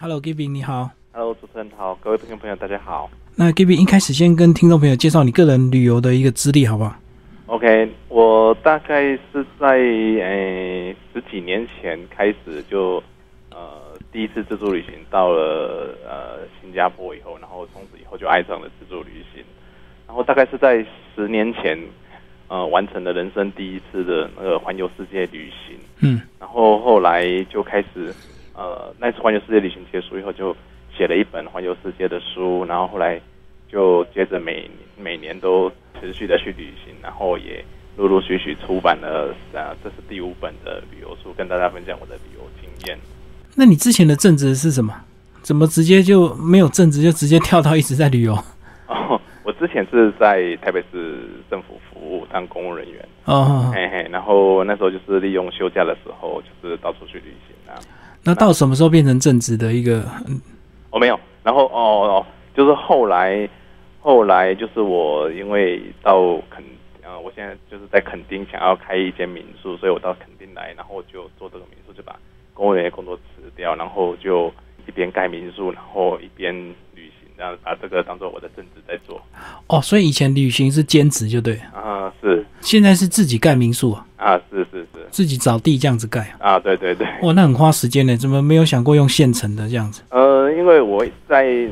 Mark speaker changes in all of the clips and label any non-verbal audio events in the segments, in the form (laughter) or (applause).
Speaker 1: Hello Gibby，你好。
Speaker 2: Hello，主持人好，各位听众朋友大家好。
Speaker 1: 那 Gibby 一开始先跟听众朋友介绍你个人旅游的一个资历，好不好？
Speaker 2: OK，我大概是在诶、十几年前开始就呃第一次自助旅行到了呃新加坡以后，然后从此以后就爱上了自助旅行，然后大概是在十年前呃完成了人生第一次的那个环游世界旅行。
Speaker 1: 嗯
Speaker 2: 然后后来就开始，呃，那次环游世界旅行结束以后，就写了一本环游世界的书，然后后来就接着每每年都持续的去旅行，然后也陆陆续续出版了，呃，这是第五本的旅游书，跟大家分享我的旅游经验。 (laughs)
Speaker 1: 那你之前的正职是什么？怎么直接就没有正职，就直接跳到一直在旅游？
Speaker 2: 哦，我之前是在台北市政府服务当公务人员，
Speaker 1: 哦，
Speaker 2: 嘿嘿，然后那时候就是利用休假的时候，就是到处去旅行啊。
Speaker 1: 那到什么时候变成正职的一个？嗯
Speaker 2: 哦，没有。然后哦哦，就是后来，后来就是我因为到垦，呃，我现在就是在垦丁想要开一间民宿，所以我到垦丁来，然后就做这个民宿，就把公务员的工作辞掉，然后就一边盖民宿，然后一边旅行，这样把这个当做我的正职在做。
Speaker 1: 哦，所以以前旅行是兼职就对了，
Speaker 2: 啊，是
Speaker 1: 现在是自己盖民宿啊，
Speaker 2: 啊，是是是
Speaker 1: 自己找地这样子盖啊。
Speaker 2: 啊，对对对。
Speaker 1: 哇，那很花时间呢，怎么没有想过用现成的这样子？
Speaker 2: 呃，因为我在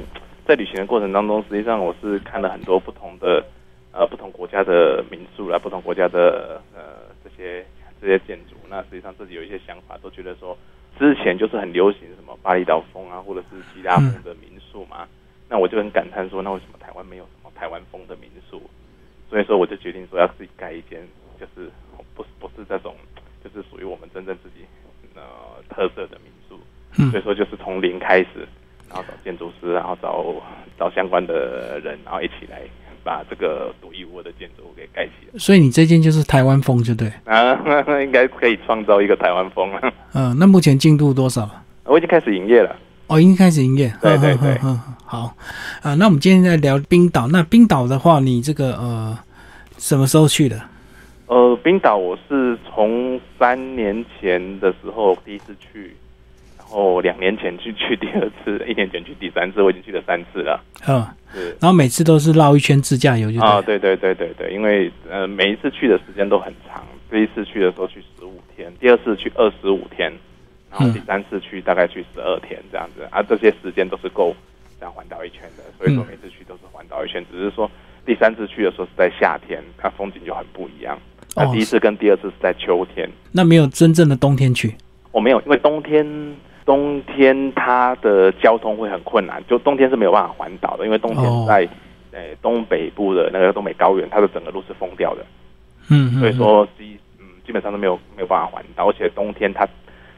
Speaker 2: 在旅行的过程当中，实际上我是看了很多不同的呃不同国家的民宿啦，不同国家的呃这些这些建筑。那实际上自己有一些想法，都觉得说之前就是很流行什么巴厘岛风啊，或者是希腊风的民宿嘛。那我就很感叹说，那为什么台湾没有什么台湾风的民宿？所以说我就决定说要自己盖一间，就是不是不是这种，就是属于我们真正自己呃特色的民宿。
Speaker 1: 嗯
Speaker 2: 所以说就是从零开始，然后找建筑师，然后找找相关的人，然后一起来把这个独一无二的建筑物给盖起来。 (laughs)
Speaker 1: 所以你这间就是台湾风就对了。
Speaker 2: 啊，应该可以创造一个台湾风了。 (laughs)
Speaker 1: 嗯、那目前进度多少了？
Speaker 2: 我已经开始营业了。
Speaker 1: 哦，已经开始营业。
Speaker 2: 对对对
Speaker 1: 嗯嗯嗯，好，啊、那我们今天在聊冰岛。那冰岛的话，你这个呃，什么时候去的？
Speaker 2: 呃，冰岛我是从三年前的时候第一次去，然后两年前去去第二次，一年前去第三次，我已经去了三次了。
Speaker 1: 嗯，
Speaker 2: 是
Speaker 1: 然后每次都是绕一圈自驾游就对了。
Speaker 2: 啊，对对对对对，因为呃每一次去的时间都很长，第一次去的时候去十五天，第二次去二十五天，然后
Speaker 1: 嗯
Speaker 2: 第三次去大概去十二天这样子啊，这些时间都是够这样环岛一圈的，所以说
Speaker 1: 嗯
Speaker 2: 每次去都是环岛一圈，只是说第三次去的时候是在夏天，它风景就很不一样。那
Speaker 1: 哦
Speaker 2: 第一次跟第二次是在秋天，
Speaker 1: 那没有真正的冬天去。
Speaker 2: 我、没有，因为冬天冬天它的交通会很困难，就冬天是没有办法环岛的，因为冬
Speaker 1: 哦
Speaker 2: 天在、呃东北部的那个东北高原，它的整个路是封掉的。
Speaker 1: 嗯，嗯
Speaker 2: 所以，说基嗯基本上都没有没有办法环岛，而且冬天它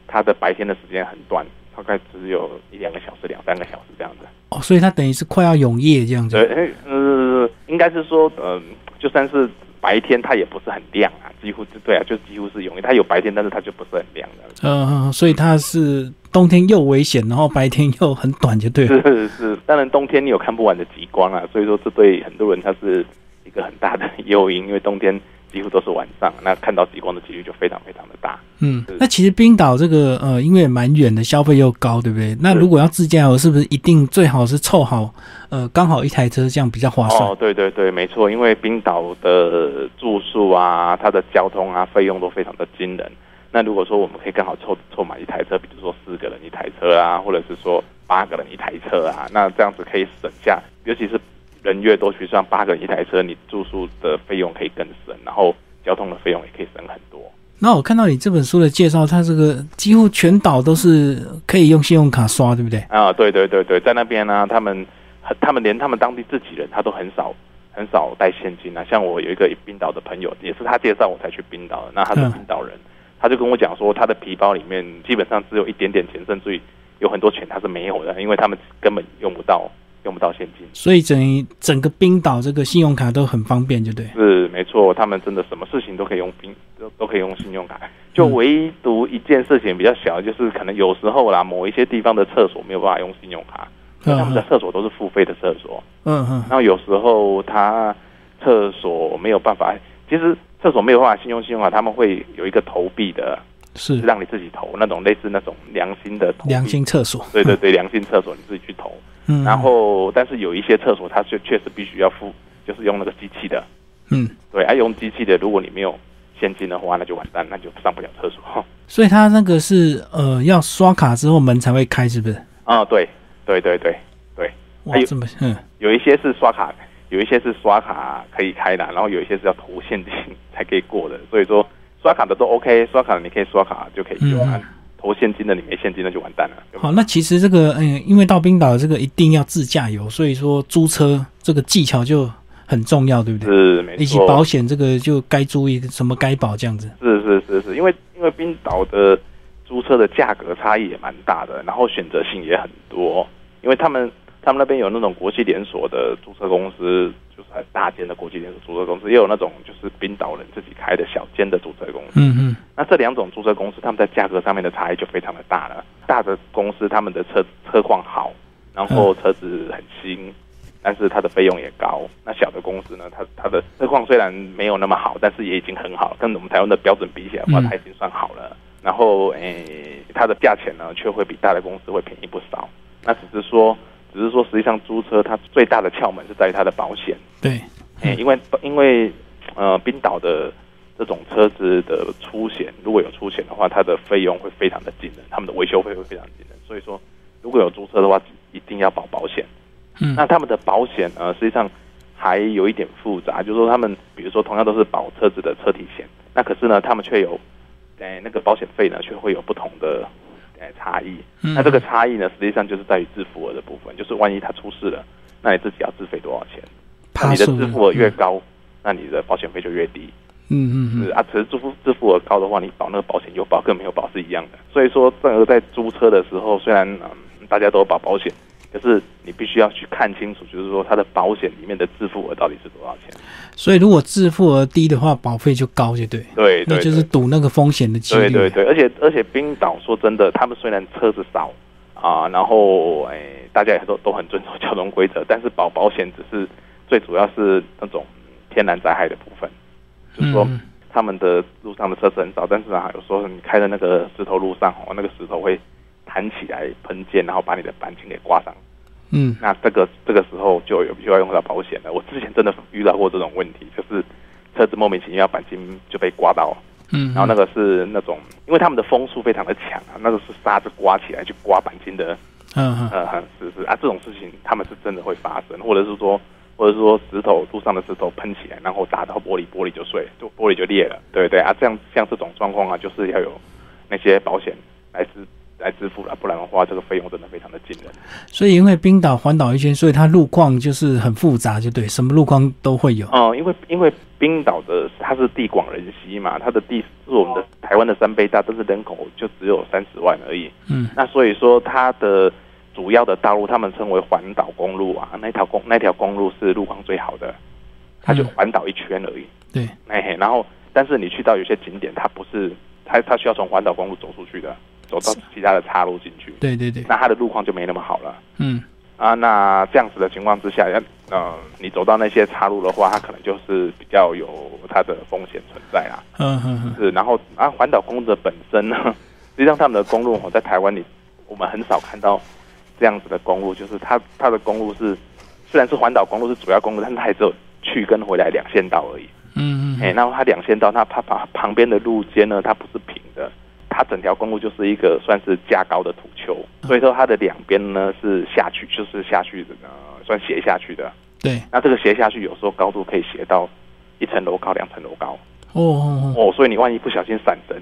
Speaker 2: 它的白天的时间很短，大概只有一两个小时、两三个小时这样子。
Speaker 1: 嗯哦，所以它等于是快要永夜这样子。
Speaker 2: 对，哎呃，应该是说，嗯、就算是白天，它也不是很亮啊，几乎就对啊，就几乎是永远它有白天，但是它就不是很亮的。
Speaker 1: 嗯、呃，所以它是冬天又危险，然后白天又很短就对了。
Speaker 2: 是是，当然冬天你有看不完的极光啊，所以说这对很多人他是一个很大的 (laughs) 诱因，因为冬天几乎都是晚上，那看到极光的几率就非常非常的大。
Speaker 1: 嗯
Speaker 2: 是，
Speaker 1: 那其实冰岛这个呃，因为蛮远的，消费又高，对不对？那如果要自驾游，是不是一定最好是凑好呃，刚好一台车，这样比较划算？
Speaker 2: 哦，对对对，没错，因为冰岛的住宿啊、它的交通啊，费用都非常的惊人。那如果说我们可以刚好凑凑满一台车，比如说四个人一台车啊，或者是说八个人一台车啊，那这样子可以省下，尤其是人越多，去算八个人一台车，你住宿的费用可以更省，然后交通的费用也可以省很多。
Speaker 1: 那我看到你这本书的介绍，它这个几乎全岛都是可以用信用卡刷，对不对？
Speaker 2: 啊，对对对对，在那边呢、他们很他们连他们当地自己人，他都很少很少带现金啊。像我有一个冰岛的朋友，也是他介绍我才去冰岛的，那他是
Speaker 1: 嗯
Speaker 2: 冰岛人，他就跟我讲说，他的皮包里面基本上只有一点点钱，甚至于有很多钱他是没有的，因为他们根本用不到用不到现金。
Speaker 1: 所以等于整个冰岛这个信用卡都很方便，就对。
Speaker 2: 是没错，他们真的什么事情都可以用冰，都都可以用信用卡。就
Speaker 1: 嗯
Speaker 2: 唯独一件事情比较小，就是可能有时候啦，某一些地方的厕所没有办法用信用卡，因为他们的
Speaker 1: 嗯
Speaker 2: 厕所都是付费的厕所。
Speaker 1: 嗯
Speaker 2: 然后有时候他啊厕所没有办法，其实厕所没有办法信用信用卡，他们会有一个投币的
Speaker 1: 是
Speaker 2: 是让你自己投那种类似那种良心的投
Speaker 1: 嗯
Speaker 2: 币
Speaker 1: 良，心厕所，
Speaker 2: 对对对，良心厕所你自己去投。
Speaker 1: 嗯，嗯，
Speaker 2: 然后，但是有一些厕所它确确实必须要付，就是用那个机器的，
Speaker 1: 嗯，
Speaker 2: 对，爱、用机器的，如果你没有现金的话，那就完蛋，那就上不了厕所。 (laughs)
Speaker 1: 所以他那个是呃要刷卡之后门才会开，是不是？
Speaker 2: 啊、对对对对，
Speaker 1: 哇
Speaker 2: 还，有
Speaker 1: 这么嗯，
Speaker 2: 有一些是刷卡，有一些是刷卡可以开的，然后有一些是要投现金才可以过的。所以说刷卡的都 OK，刷卡你可以刷卡就可以用啊，
Speaker 1: 嗯
Speaker 2: 投现金的你没现金那就完蛋了。对吧
Speaker 1: 好，那其实这个嗯，因为到冰岛这个一定要自驾游，所以说租车这个技巧就很重要，对不对？
Speaker 2: 是没
Speaker 1: 以及
Speaker 2: 错，
Speaker 1: 保险这个就该注意什么该保这样子，
Speaker 2: 是是是是，因为因为冰岛的租车的价格差异也蛮大的，然后选择性也很多，因为他们他们那边有那种国际连锁的租车公司，就是很大间的国际连锁租车公司，也有那种就是冰岛人自己开的小间的租车公司。
Speaker 1: 嗯嗯，
Speaker 2: 那这两种租车公司，他们在价格上面的差异就非常的大了。大的公司他们的车车况好，然后车子很新，但是它的费用也高。那小的公司呢，它它的车况虽然没有那么好，但是也已经很好了，跟我们台湾的标准比起来的话，
Speaker 1: 嗯
Speaker 2: 它已经算好了。然后诶，它的价钱呢，却会比大的公司会便宜不少。那只是说，只是说，实际上租车它最大的窍门是在于它的保险。
Speaker 1: 对，
Speaker 2: 哎、因为因为呃，冰岛的这种车子的出险，如果有出险的话，它的费用会非常的惊人，他们的维修费会非常惊人。所以说，如果有租车的话，一定要保保险。
Speaker 1: 嗯
Speaker 2: 那他们的保险呃，实际上还有一点复杂，就是说他们比如说同样都是保车子的车体险，那可是呢，他们却有哎、那个保险费呢，却会有不同的哎、差异。
Speaker 1: 嗯
Speaker 2: 那这个差异呢，实际上就是在于自付额的部分，就是万一他出事了，那你自己要自费多少钱？那
Speaker 1: 趴
Speaker 2: 你的
Speaker 1: 手
Speaker 2: 自付额越高，那你的保险费就越低。
Speaker 1: 嗯嗯
Speaker 2: 是
Speaker 1: 嗯，
Speaker 2: 啊，只是自付自付额高的话，你保那个保险有保跟没有保是一样的。所以说，这个在租车的时候，虽然嗯大家都有保保险，可是你必须要去看清楚，就是说它的保险里面的自付额到底是多少钱。
Speaker 1: 所以如果自付额低的话，保费就高，就对，
Speaker 2: 对对
Speaker 1: 那就是赌那个风险的几
Speaker 2: 对
Speaker 1: 率，啊
Speaker 2: 对对，而且而且冰岛说真的，他们虽然车子少啊，然后哎，大家也都都很遵守交通规则，但是保保险只是最主要是那种天然灾害的部分，就是说
Speaker 1: 嗯
Speaker 2: 他们的路上的车子很少，但是啊，有时候你开的那个石头路上哦，那个石头会弹起来喷溅，然后把你的钣金给刮伤。
Speaker 1: 嗯，
Speaker 2: 那这个这个时候就有需要用到保险了。我之前真的遇到过这种问题，就是车子莫名其妙钣金就被刮到，
Speaker 1: 嗯，
Speaker 2: 然后那个是那种，因为他们的风速非常的强啊，那个是沙子刮起来去刮钣金的，
Speaker 1: 嗯嗯
Speaker 2: 呃，很是是啊，这种事情他们是真的会发生，或者是说，或者是说石头路上的石头喷起来，然后打到玻璃，玻璃就碎，就玻璃就裂了，对对啊，这样像这种状况啊，就是要有那些保险来支来支付了，不然的话，这个费用真的非常的惊人。
Speaker 1: 嗯所以因为冰岛环岛一圈，所以它路况就是很复杂，就对，什么路况都会有，
Speaker 2: 哦、因为因为冰岛的它是地广人稀嘛，它的地是我们的台湾的三倍大，但是人口就只有三十万而已。
Speaker 1: 嗯
Speaker 2: 那所以说它的主要的道路，他们称为环岛公路啊，那条公那条公路是路况最好的，它就
Speaker 1: 嗯
Speaker 2: 环岛一圈而已。
Speaker 1: 对，
Speaker 2: 哎、嘿，然后但是你去到有些景点，它不是它它需要从环岛公路走出去的，走到其他的岔路进去，
Speaker 1: 对对对，
Speaker 2: 那它的路况就没那么好了。
Speaker 1: 嗯
Speaker 2: 啊，那这样子的情况之下，要呃，你走到那些岔路的话，它可能就是比较有它的风险存在啦。
Speaker 1: 嗯嗯
Speaker 2: 是，然后啊，环岛公路的本身呢， (laughs) 实际上他们的公路哦，在台湾里我们很少看到这样子的公路，就是它它的公路是虽然是环岛公路是主要公路，但是它也只有去跟回来两线道而已。
Speaker 1: 嗯
Speaker 2: 哎、
Speaker 1: 嗯，
Speaker 2: 然后它两线道，那它旁旁边的路肩呢，它不是平的，它整条公路就是一个算是架高的土丘，
Speaker 1: 嗯
Speaker 2: 所以说它的两边呢是下去，就是下去的呢，算斜下去的。
Speaker 1: 对，
Speaker 2: 那这个斜下去，有时候高度可以斜到一层楼高、两层楼高
Speaker 1: 哦哦
Speaker 2: 哦，所以你万一不小心闪灯，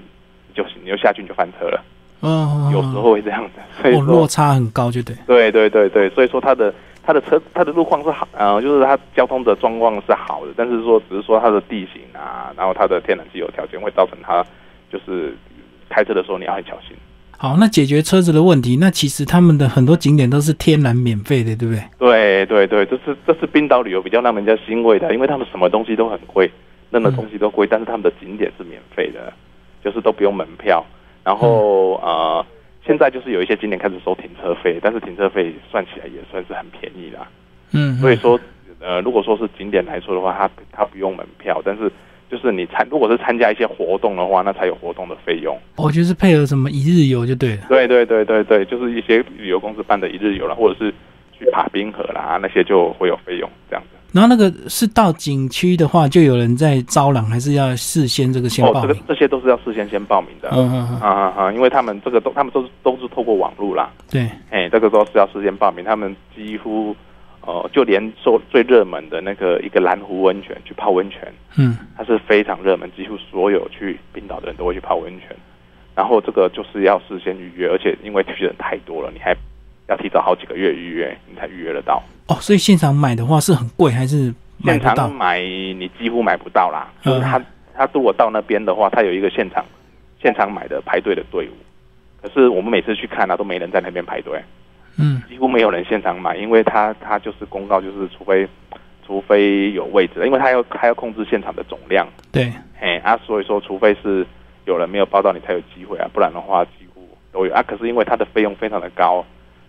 Speaker 2: 你就你就下去你就翻车了，
Speaker 1: 哦哦，
Speaker 2: 有时候会这样子。所以
Speaker 1: 哦落
Speaker 2: 说，
Speaker 1: 差很高，就对，
Speaker 2: 对对对对，所以说它的。它的车，它的路况是好，呃，就是它交通的状况是好的，但是说只是说它的地形啊，然后它的天然气候条件会造成它就是开车的时候你要很小心。
Speaker 1: 好，那解决车子的问题，那其实他们的很多景点都是天然免费的，对不对？
Speaker 2: 对对对，这是这是冰岛旅游比较让人家欣慰的，因为他们什么东西都很贵，任何东西都贵，但是他们的景点是免费的，就是都不用门票。然后呃，现在就是有一些景点开始收停车费，但是停车费算起来也算是很便宜啦。
Speaker 1: 嗯，
Speaker 2: 所以说，呃，如果说是景点来说的话，它它不用门票，但是就是你参如果是参加一些活动的话，那才有活动的费用。
Speaker 1: 哦，就是配合什么一日游就对了。
Speaker 2: 对对对对对，就是一些旅游公司办的一日游啦，或者是去爬冰河啦，那些就会有费用这样子。
Speaker 1: 然后那个是到景区的话，就有人在招揽，还是要事先这个先
Speaker 2: 哦，
Speaker 1: 报
Speaker 2: 这个
Speaker 1: 名？
Speaker 2: 这些都是要事先先报名的。
Speaker 1: 嗯嗯嗯，
Speaker 2: 啊啊啊！因为他们这个都，他们都是都是透过网络啦，
Speaker 1: 对，
Speaker 2: 哎，这个都是要事先报名。他们几乎，呃，就连说最热门的那个一个蓝湖温泉去泡温泉，
Speaker 1: 嗯，
Speaker 2: 它是非常热门，几乎所有去冰岛的人都会去泡温泉。然后这个就是要事先预约，而且因为去的人太多了，你还要提早好几个月预约，你才预约得到。
Speaker 1: 哦，所以现场买的话是很贵，还是买
Speaker 2: 现
Speaker 1: 不到
Speaker 2: 场？买你几乎买不到啦，
Speaker 1: 嗯
Speaker 2: 就是他他如果到那边的话，他有一个现场现场买的排队的队伍，可是我们每次去看啊，都没人在那边排队，
Speaker 1: 嗯，
Speaker 2: 几乎没有人现场买，因为他他就是公告，就是除非除非有位置，因为他要他要控制现场的总量，
Speaker 1: 对，
Speaker 2: 嘿啊，所以说除非是有人没有报到，你才有机会啊，不然的话几乎都有啊。可是因为它的费用非常的高，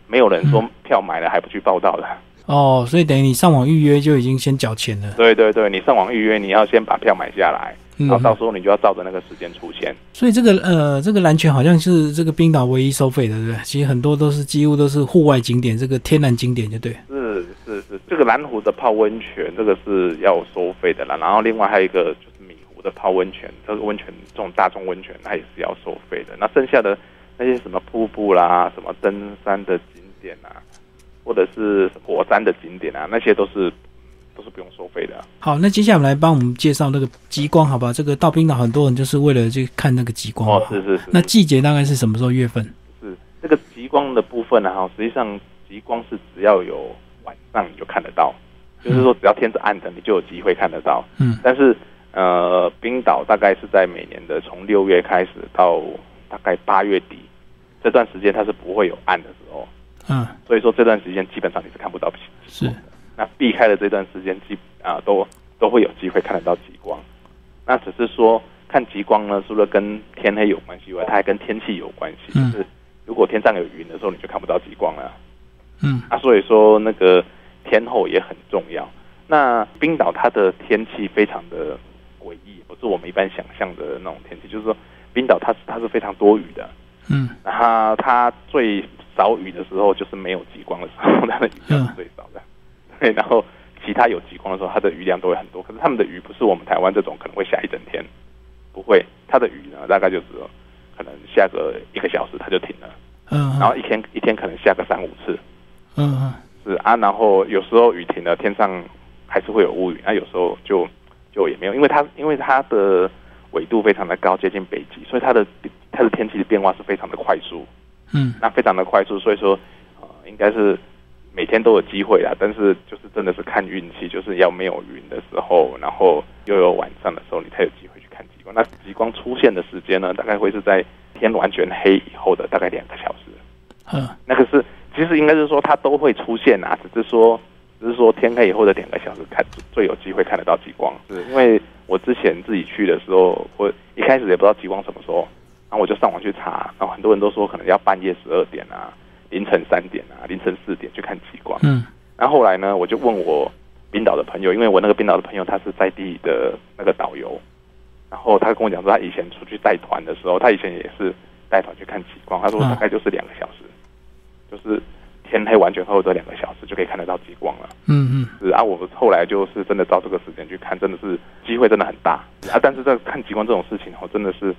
Speaker 2: 没有人说票买了还不去报到的。
Speaker 1: 哦，所以等于你上网预约就已经先缴钱了。
Speaker 2: 对对对，你上网预约，你要先把票买下来。
Speaker 1: 嗯
Speaker 2: 然后，到时候你就要照着那个时间出现。
Speaker 1: 所以这个呃，这个蓝泉好像是这个冰岛唯一收费的，对不对？其实很多都是几乎都是户外景点，这个天然景点就对。
Speaker 2: 是是是，这个蓝湖的泡温泉这个是要收费的啦，然后另外还有一个就是米湖的泡温泉，这个温泉这种大众温泉它也是要收费的。那剩下的那些什么瀑布啦、什么登山的景点啊，或者是火山的景点啊，那些都是都是不用收费的啊、
Speaker 1: 好，那接下来来帮我们介绍那个极光，好吧？这个到冰岛很多人就是为了去看那个极光。
Speaker 2: 哦，是是是。
Speaker 1: 那季节大概是什么时候？月份？
Speaker 2: 是这个极光的部分呢、哈，实际上极光是只要有晚上你就看得到，就是说只要天是暗的，你就有机会看得到。
Speaker 1: 嗯，
Speaker 2: 但是呃，冰岛大概是在每年的从六月开始到大概八月底这段时间，它是不会有暗的时候，
Speaker 1: 嗯，
Speaker 2: 所以说这段时间基本上你是看不到极
Speaker 1: 是
Speaker 2: 光的。那避开了这段时间，基啊、都都会有机会看得到极光。那只是说看极光呢，除了跟天黑有关系以外，它还跟天气有关系。
Speaker 1: 嗯
Speaker 2: 就是如果天上有云的时候，你就看不到极光了。
Speaker 1: 嗯，
Speaker 2: 啊，所以说那个天候也很重要。那冰岛它的天气非常的诡异，不是我们一般想象的那种天气，就是说冰岛它是它是非常多雨的，
Speaker 1: 嗯，
Speaker 2: 然后它最少雨的时候就是没有极光的时候，它的雨量是最少的。对，然后其他有极光的时候，它的雨量都会很多。可是他们的雨不是我们台湾这种可能会下一整天，不会，它的雨呢大概就只有可能下个一个小时它就停了，
Speaker 1: 嗯，
Speaker 2: 然后一天一天可能下个三五次。
Speaker 1: 嗯嗯
Speaker 2: 是啊，然后有时候雨停了，天上还是会有乌云，啊那、有时候就就也没有，因为它因为它的纬度非常的高，接近北极，所以它的它的天气的变化是非常的快速，
Speaker 1: 嗯，
Speaker 2: 那非常的快速，所以说呃应该是每天都有机会啦，但是就是真的是看运气，就是要没有云的时候，然后又有晚上的时候，你才有机会去看极光。那极光出现的时间呢，大概会是在天完全黑以后的大概两个小时。
Speaker 1: 嗯，
Speaker 2: 那个是其实应该是说它都会出现啊，只是说只是说天黑以后的两个小时看最有机会看得到极光，是因为我之前自己去的时候，我一开始也不知道极光什么时候，然后我就上网去查，然后很多人都说可能要半夜十二点啊、凌晨三点啊、凌晨四点去看极光。
Speaker 1: 嗯，
Speaker 2: 然后后来呢，我就问我冰岛的朋友，因为我那个冰岛的朋友他是在地的那个导游，然后他跟我讲说，他以前出去带团的时候，他以前也是带团去看极光，他说
Speaker 1: 啊
Speaker 2: 大概就是两个小时，就是天黑完全后的两个小时就可以看得到极光了。
Speaker 1: 嗯
Speaker 2: 是啊，我后来就是真的照这个时间去看，真的是机会真的很大啊。但是这个看极光这种事情，哦我真的是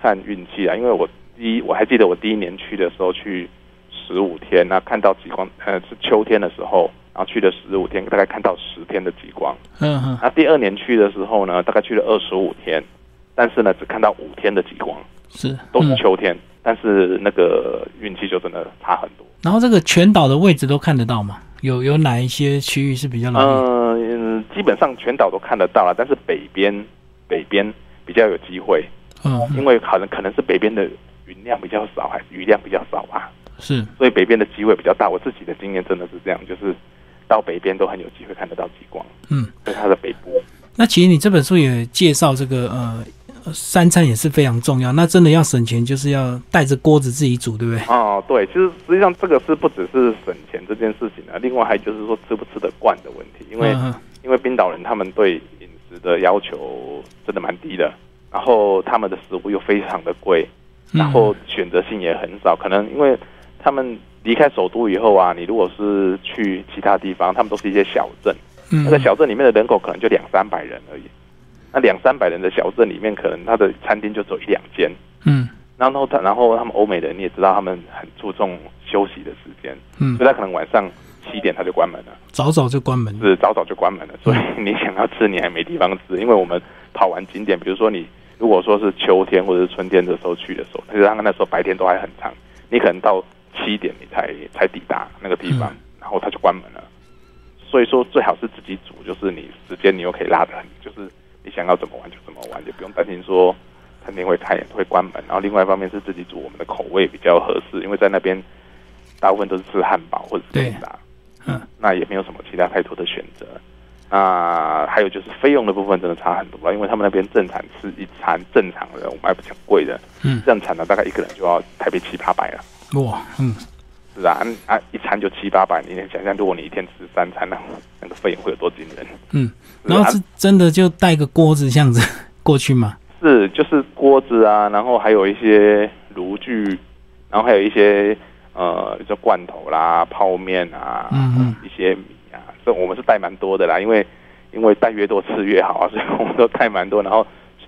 Speaker 2: 看运气啊。因为我第一我还记得我第一年去的时候去十五天，那看到极光，呃，是秋天的时候，然后去了十五天，大概看到十天的极光。
Speaker 1: 嗯嗯嗯，
Speaker 2: 那第二年去的时候呢，大概去了二十五天，但是呢，只看到五天的极光，
Speaker 1: 是嗯
Speaker 2: 都是秋天，但是那个运气就真的差很多。
Speaker 1: 然后这个全岛的位置都看得到吗？有有哪一些区域是比较容易？
Speaker 2: 呃嗯，基本上全岛都看得到了，但是北边北边比较有机会，
Speaker 1: 嗯，
Speaker 2: 因
Speaker 1: 嗯
Speaker 2: 为可能可能是北边的云量比较少，还是雨量比较少吧，
Speaker 1: 是
Speaker 2: 所以北边的机会比较大。我自己的经验真的是这样，就是到北边都很有机会看得到极光，
Speaker 1: 嗯。
Speaker 2: 所以它的北部。
Speaker 1: 那其实你这本书也介绍这个呃。呃三餐也是非常重要，那真的要省钱，就是要带着锅子自己煮，对不对？
Speaker 2: 哦，对，其实实际上这个是不只是省钱这件事情啊，另外还就是说吃不吃得惯的问题，因为、
Speaker 1: 嗯嗯
Speaker 2: 因为冰岛人他们对饮食质的要求真的蛮低的，然后他们的食物又非常的贵，
Speaker 1: 嗯
Speaker 2: 然后选择性也很少，可能因为他们离开首都以后啊，你如果是去其他地方，他们都是一些小镇，
Speaker 1: 嗯
Speaker 2: 那个小镇里面的人口可能就两三百人而已，那两三百人的小镇里面，可能他的餐厅就只有一两间，
Speaker 1: 嗯
Speaker 2: 然后他然后他们欧美人你也知道，他们很注重休息的时间，
Speaker 1: 嗯
Speaker 2: 所以，他可能晚上七点他就关门了。
Speaker 1: 早早就关门，
Speaker 2: 是早早就关门了，所以你想要吃你还没地方吃，因为我们跑完景点，比如说你如果说是秋天或者是春天的时候去的时候，其实他们那时候白天都还很长，你可能到七点你才才抵达那个地方，然后他就关门了。所以说最好是自己煮，就是你时间你又可以拉的很，就是你想要怎么玩就怎么玩，就不用担心说餐厅会开会关门。然后另外一方面是自己煮，我们的口味比较合适，因为在那边大部分都是吃汉堡或者是
Speaker 1: 对
Speaker 2: 披萨。
Speaker 1: 嗯
Speaker 2: 那也没有什么其他太多的选择。那还有就是费用的部分真的差很多了，因为他们那边正常吃一餐正常的，我们还不讲贵的，
Speaker 1: 嗯
Speaker 2: 正常的大概一个人就要台北七八百了，
Speaker 1: 哇，嗯
Speaker 2: 是吧？啊啊，一餐就七八百，你能想象如果你一天吃三餐，那那个费用会有多惊人？
Speaker 1: 嗯，
Speaker 2: 是
Speaker 1: 然后
Speaker 2: 啊
Speaker 1: 是真的就带个锅子这样子 (laughs) 过去嘛，
Speaker 2: 是，就是锅子啊，然后还有一些炉具，然后还有一些呃，就罐头啦、泡面啊，
Speaker 1: 嗯嗯
Speaker 2: 一些米啊，这我们是带蛮多的啦，因为因为带越多吃越好啊，所以 (laughs) 我们都带蛮多，然后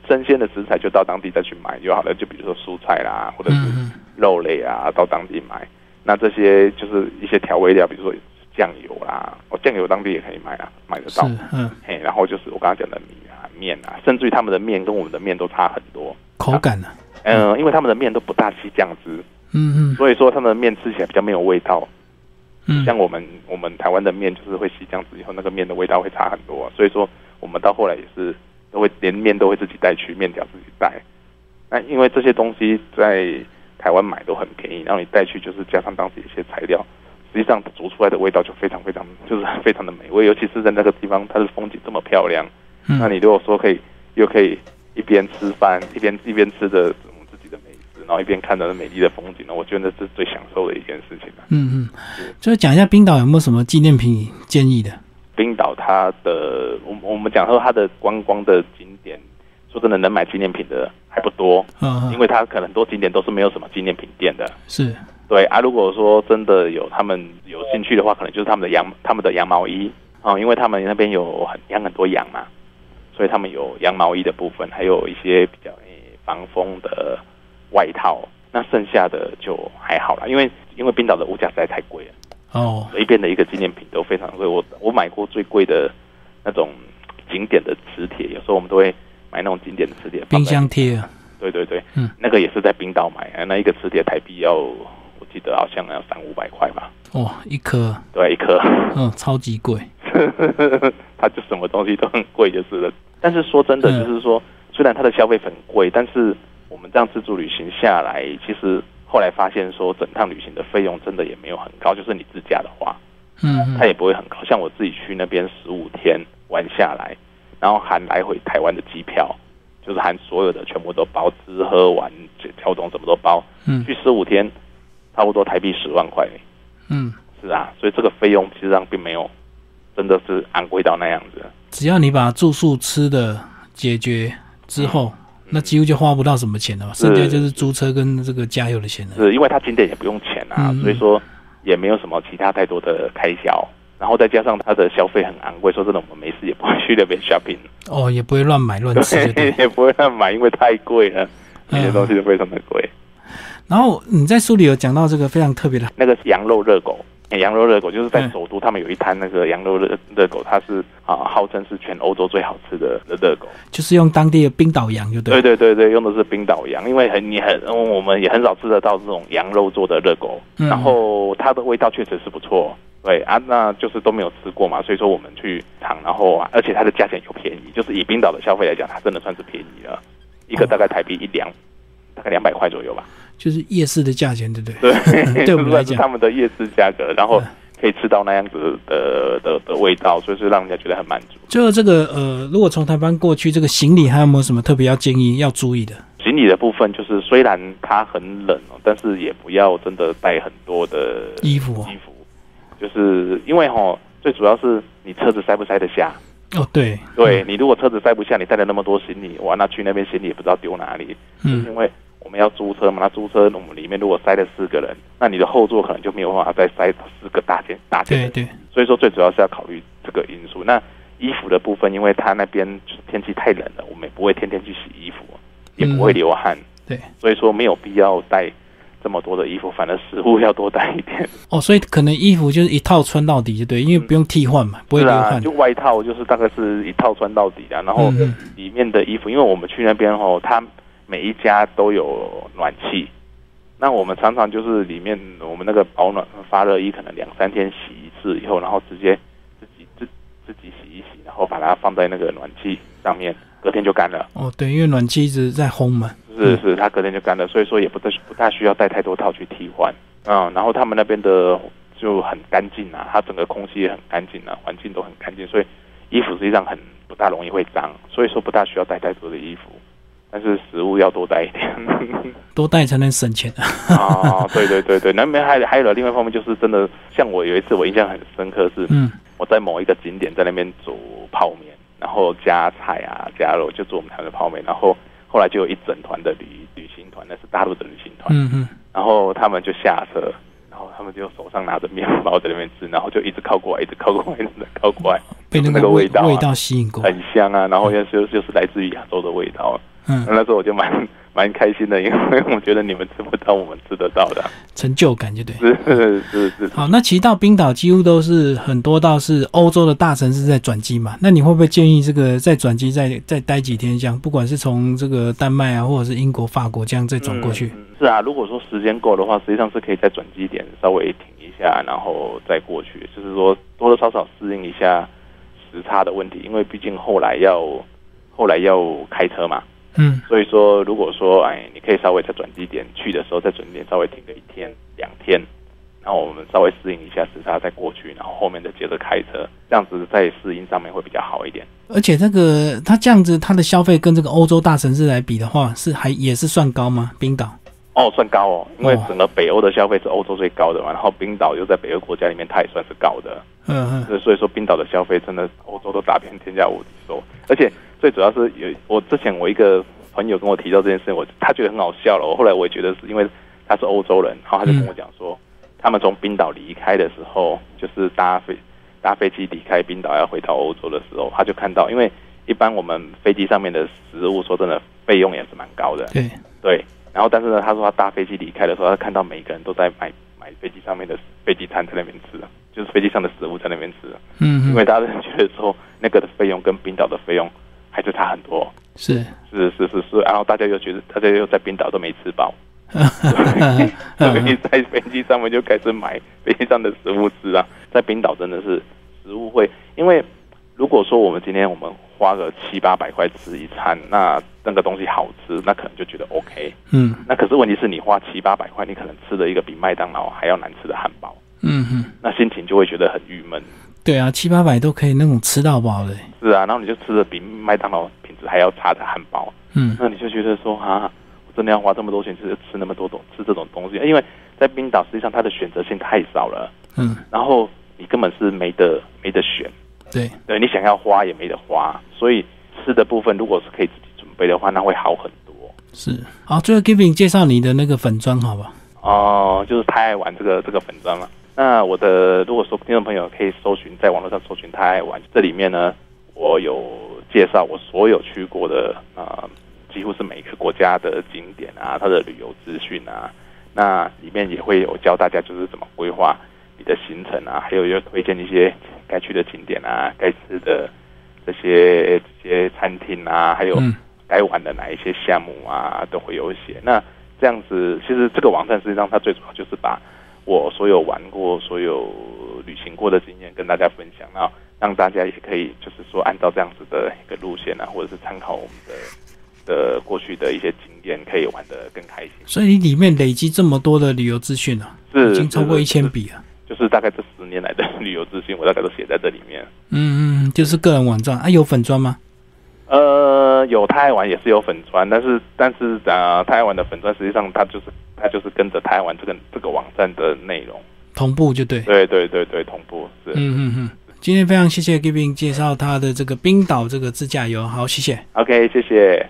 Speaker 2: 生鲜的食材就到当地再去买就好了，就比如说蔬菜啦，或者是
Speaker 1: 嗯嗯
Speaker 2: 肉类啊，到当地买。那这些就是一些调味料，比如说酱油啦，哦，酱油当地也可以买啊，买得
Speaker 1: 是
Speaker 2: 到。
Speaker 1: 嗯
Speaker 2: 嘿，然后就是我刚刚讲的米啊、面啊，甚至于他们的面跟我们的面都差很多。
Speaker 1: 口感呢、
Speaker 2: 嗯、因为他们的面都不大吸酱汁，
Speaker 1: 嗯嗯
Speaker 2: 所以说他们的面吃起来比较没有味道。
Speaker 1: 嗯
Speaker 2: 像我们我们台湾的面就是会吸酱汁以后，那个面的味道会差很多、所以说我们到后来也是都会连面都会自己带去，面条自己带。那因为这些东西在台湾买都很便宜，然后你带去就是加上当地一些材料，实际上煮出来的味道就非常非常就是非常的美味，尤其是在那个地方它的风景这么漂亮。
Speaker 1: 嗯，
Speaker 2: 那你如果说可以，又可以一边吃饭，一边一边吃着我们自己的美食，然后一边看着美丽的风景，那我觉得这是最享受的一件事情啊了。
Speaker 1: 嗯嗯，就是讲一下冰岛有没有什么纪念品建议的？
Speaker 2: 冰岛它的，我们我们讲说它的观光的景点，说真的，能买纪念品的还不多，
Speaker 1: 嗯，
Speaker 2: 因
Speaker 1: 为
Speaker 2: 为它可能很多景点都是没有什么纪念品店的。
Speaker 1: 是
Speaker 2: 对啊，如果说真的有他们有兴趣的话，可能就是他们的羊，他们的羊毛衣啊、因为他们那边有很养很多羊嘛，所以他们有羊毛衣的部分，还有一些比较诶防风的外套。那剩下的就还好啦，因为因为冰岛的物价实在太贵了，
Speaker 1: 哦，
Speaker 2: 随便的一个纪念品都非常贵。我我买过最贵的那种景点的磁铁，有时候我们都会买那种景点的磁铁放
Speaker 1: 冰
Speaker 2: 在
Speaker 1: 箱贴啊，
Speaker 2: 对对对，
Speaker 1: 嗯
Speaker 2: 那个也是在冰岛买，呃那一个磁铁台币要，我记得好像要三五百块吧，
Speaker 1: 哇，哦一颗，
Speaker 2: 对，一颗， (laughs)
Speaker 1: 嗯，超级贵，
Speaker 2: 它就什么东西都很贵就是了。但是说真的，
Speaker 1: 嗯
Speaker 2: 就是说，虽然它的消费很贵，但是我们这样自助旅行下来，其实后来发现说，整趟旅行的费用真的也没有很高，就是你自驾的话，
Speaker 1: 嗯
Speaker 2: 它
Speaker 1: 嗯
Speaker 2: 也不会很高。像我自己去那边十五天玩下来，然后含来回台湾的机票，就是含所有的全部都包，吃喝玩交通什么都包。
Speaker 1: 嗯
Speaker 2: 去十五天，差不多台币十万块。
Speaker 1: 嗯，
Speaker 2: 是啊，所以这个费用其实上并没有真的是昂贵到那样子。
Speaker 1: 只要你把住宿吃的解决之
Speaker 2: 嗯
Speaker 1: 后，那几乎就花不到什么钱了，剩下就是租车跟这个加油的钱了。
Speaker 2: 是因为它景点也不用钱啊，
Speaker 1: 嗯
Speaker 2: 所以说也没有什么其他太多的开销。然后再加上它的消费很昂贵，说真的，我们没事也不会去那边 shopping，
Speaker 1: 哦，也不会乱买乱吃就对
Speaker 2: (laughs) 对，。也不会乱买，因为太贵了，那些东西都非常的贵。
Speaker 1: 然后你在书里有讲到这个非常特别的，
Speaker 2: 那个是羊肉热狗。欸羊肉热狗就是在
Speaker 1: 嗯
Speaker 2: 首都，他们有一摊那个羊肉热热狗，它是啊，号称是全欧洲最好吃的的热狗。
Speaker 1: 就是用当地的冰岛羊，就对
Speaker 2: 对
Speaker 1: 了。
Speaker 2: 对对对，用的是冰岛羊，因为很你很、嗯我们也很少吃得到这种羊肉做的热狗，
Speaker 1: 嗯
Speaker 2: 然后它的味道确实是不错。对啊，那就是都没有吃过嘛，所以说我们去尝，然后啊，而且它的价钱又便宜，就是以冰岛的消费来讲，它真的算是便宜
Speaker 1: 哦
Speaker 2: 了，一个大概台币一两，大概两百块左
Speaker 1: (laughs)
Speaker 2: 右吧。
Speaker 1: 就是夜市的价钱，对不对？，
Speaker 2: 对
Speaker 1: 对我们来
Speaker 2: 算是
Speaker 1: 讲嗯
Speaker 2: 他们的夜市价格，然后可以吃到那样子的的的味道，所以是让人家觉得很满足。
Speaker 1: 最后这个呃，如果从台湾过去，这个行李还有没有什么特别要建议要注意的？
Speaker 2: 行李的部分就是，虽然它很冷哦，但是也不要真的带很多的
Speaker 1: 衣服哦
Speaker 2: 衣服，就是因为哈，最主要是你车子塞不塞得下。
Speaker 1: 哦，对，
Speaker 2: 嗯对你如果车子塞不下，你带了那么多行李，哇，那去那边行李也不知道丢哪里。
Speaker 1: 嗯，
Speaker 2: 因为我们要租车嘛，那租车我们里面如果塞了四个人，那你的后座可能就没有办法再塞四个大件大件
Speaker 1: 对
Speaker 2: 人。
Speaker 1: 对，
Speaker 2: 所以说最主要是要考虑这个因素。那衣服的部分，因为它那边就是天气太冷了，我们也不会天天去洗衣服，哦也不
Speaker 1: 嗯
Speaker 2: 会流汗，
Speaker 1: 对，
Speaker 2: 所以说没有必要带这么多的衣服，反而食物要多带一点。
Speaker 1: 哦，所以可能衣服就是一套穿到底就对，因为不用替换嘛， (laughs) 不会
Speaker 2: 是
Speaker 1: 流
Speaker 2: 嗯啊，
Speaker 1: 汗
Speaker 2: 就。外套就是大概是一套穿到底啊，然后
Speaker 1: 嗯
Speaker 2: 里面的衣服，因为我们去那边吼，它每一家都有暖气。那我们常常就是里面我们那个保暖发热衣，可能两三天洗一次以后，然后直接自己自自己洗一洗，然后把它放在那个暖气上面，隔天就干了。
Speaker 1: 哦，对，因为暖气一直在烘嘛。
Speaker 2: 是是，它隔天就干了，所以说也不太不大需要带太多套去替换。嗯，然后他们那边的就很干净啊，它整个空气也很干净啊，环境都很干净，所以衣服实际上很不大容易会脏，所以说不大需要带太多的衣服，但是食物要多带一点。 (laughs)
Speaker 1: 多带才能省钱啊。
Speaker 2: 啊、对对对对，那边还还有了另外一方面就是真的，像我有一次我印象很深刻是，
Speaker 1: (laughs) 嗯，
Speaker 2: 我在某一个景点在那边煮泡面，然后加菜啊加肉，就做我们台湾的泡面。然后后来就有一整团的旅旅行团，那是大陆的旅行团，
Speaker 1: 嗯嗯，
Speaker 2: 然后他们就下车，然后他们就手上拿着面包在那边吃，然后就一直靠过来，一直靠过来，一直靠过来，
Speaker 1: 被那
Speaker 2: 那
Speaker 1: 个
Speaker 2: 个
Speaker 1: 味
Speaker 2: 味道啊
Speaker 1: 味道吸引过。
Speaker 2: 很香啊。然后又就是就是来自于亚洲的味道。
Speaker 1: 嗯，
Speaker 2: 那时候我就蛮蛮开心的，因为我觉得你们吃不到，我们吃得到的。啊
Speaker 1: 成就感就对。
Speaker 2: 是是是是，
Speaker 1: 好，那其实到冰岛几乎都是很多到是欧洲的大城市在转机嘛，那你会不会建议这个再转机再再待几天，这样不管是从这个丹麦啊，或者是英国、法国这样再转过去？
Speaker 2: 嗯是啊，如果说时间够的话，实际上是可以在转机点稍微停一下，然后再过去，就是说多多少少适应一下时差的问题，因为毕竟后来要后来要开车嘛，
Speaker 1: 嗯
Speaker 2: 所以说如果说哎，你可以稍微在转机点去的时候，在转机点稍微停个一天两天，然后我们稍微适应一下时差再过去，然后后面再接着开车，这样子在适应上面会比较好一点。
Speaker 1: 而且这个它这样子，它的消费跟这个欧洲大城市来比的话，是还也是算高吗？冰岛？
Speaker 2: 哦，算高哦，因为
Speaker 1: 哦
Speaker 2: 整个北欧的消费是欧洲最高的嘛，然后冰岛又在北欧国家里面，它也算是高的。
Speaker 1: 嗯嗯，
Speaker 2: 是，所以说冰岛的消费真的欧洲都打遍天下无敌手，而且最主要是有我之前我一个朋友跟我提到这件事情，我他觉得很好笑了。我后来我也觉得是因为他是欧洲人，然后他就跟我讲说，他们从冰岛离开的时候，就是搭飞搭飞机离开冰岛要回到欧洲的时候，他就看到，因为一般我们飞机上面的食物，说真的费用也是蛮高的，
Speaker 1: 对，
Speaker 2: 对。然后但是呢，他说他搭飞机离开的时候，他看到每个人都在买买飞机上面的飞机餐在那边吃，就是飞机上的食物在那边吃。
Speaker 1: 嗯嗯，
Speaker 2: 因为大家觉得说那个的费用跟冰岛的费用还是差很多，
Speaker 1: 是。
Speaker 2: 是是是是，然后大家又觉得大家又在冰岛都没吃饱，
Speaker 1: (laughs) 嗯
Speaker 2: 所以
Speaker 1: 嗯
Speaker 2: 在飞机上面就开始买飞机上的食物吃啊，在冰岛真的是食物会，因为如果说我们今天我们花个七八百块吃一餐，那那个东西好吃，那可能就觉得 OK，
Speaker 1: 嗯
Speaker 2: 那可是问题是你花七八百块，你可能吃了一个比麦当劳还要难吃的汉堡，
Speaker 1: 嗯嗯，
Speaker 2: 那心情就会觉得很郁闷。
Speaker 1: 对啊，七八百都可以那种吃到饱的。
Speaker 2: 是啊，然后你就吃了比麦当劳品质还要差的汉堡，
Speaker 1: 嗯
Speaker 2: 那你就觉得说啊，我真的要花这么多钱吃吃那么多种吃这种东西，因为在冰岛实际上它的选择性太少了，
Speaker 1: 嗯，
Speaker 2: 然后你根本是没得没得选，
Speaker 1: 对，
Speaker 2: 对你想要花也没得花，所以吃的部分如果是可以自己准备的话，那会好很多。
Speaker 1: 是。好，最后 Giving 介绍你的那个粉砖，好吧？
Speaker 2: 哦、就是太爱玩这个这个粉砖了。那我的如果说听众朋友可以搜寻，在网络上搜寻太爱玩，这里面呢，我有介绍我所有去过的啊、呃几乎是每个国家的景点啊，它的旅游资讯啊，那里面也会有教大家就是怎么规划你的行程啊，还有又推荐一些该去的景点啊，该吃的这些这些餐厅啊，还有
Speaker 1: 嗯
Speaker 2: 该玩的哪一些项目啊，都会有写。那这样子，其实这个网站实际上它最主要就是把我所有玩过、所有旅行过的经验跟大家分享，然后让大家也可以就是说按照这样子的一个路线啊，或者是参考我们的的过去的一些经验，可以玩得更开心。
Speaker 1: 所以你里面累积这么多的旅游资讯啊，
Speaker 2: 是
Speaker 1: 已经超过
Speaker 2: 是
Speaker 1: 一千
Speaker 2: 是
Speaker 1: 笔啊了。
Speaker 2: 就是大概这十年来的旅游资讯，我大概都写在这里面。
Speaker 1: 嗯嗯，就是个人网站啊，有粉砖吗？
Speaker 2: 呃，有台湾也是有粉砖，但是但是呃，台湾的粉砖实际上它就是它就是跟着台湾这个这个网站的内容，
Speaker 1: 同步就对。
Speaker 2: 对对对对，同步是。
Speaker 1: 嗯嗯嗯。今天非常谢谢 Giving 介绍他的这个冰岛这个自驾游，好，谢谢。
Speaker 2: OK，谢谢。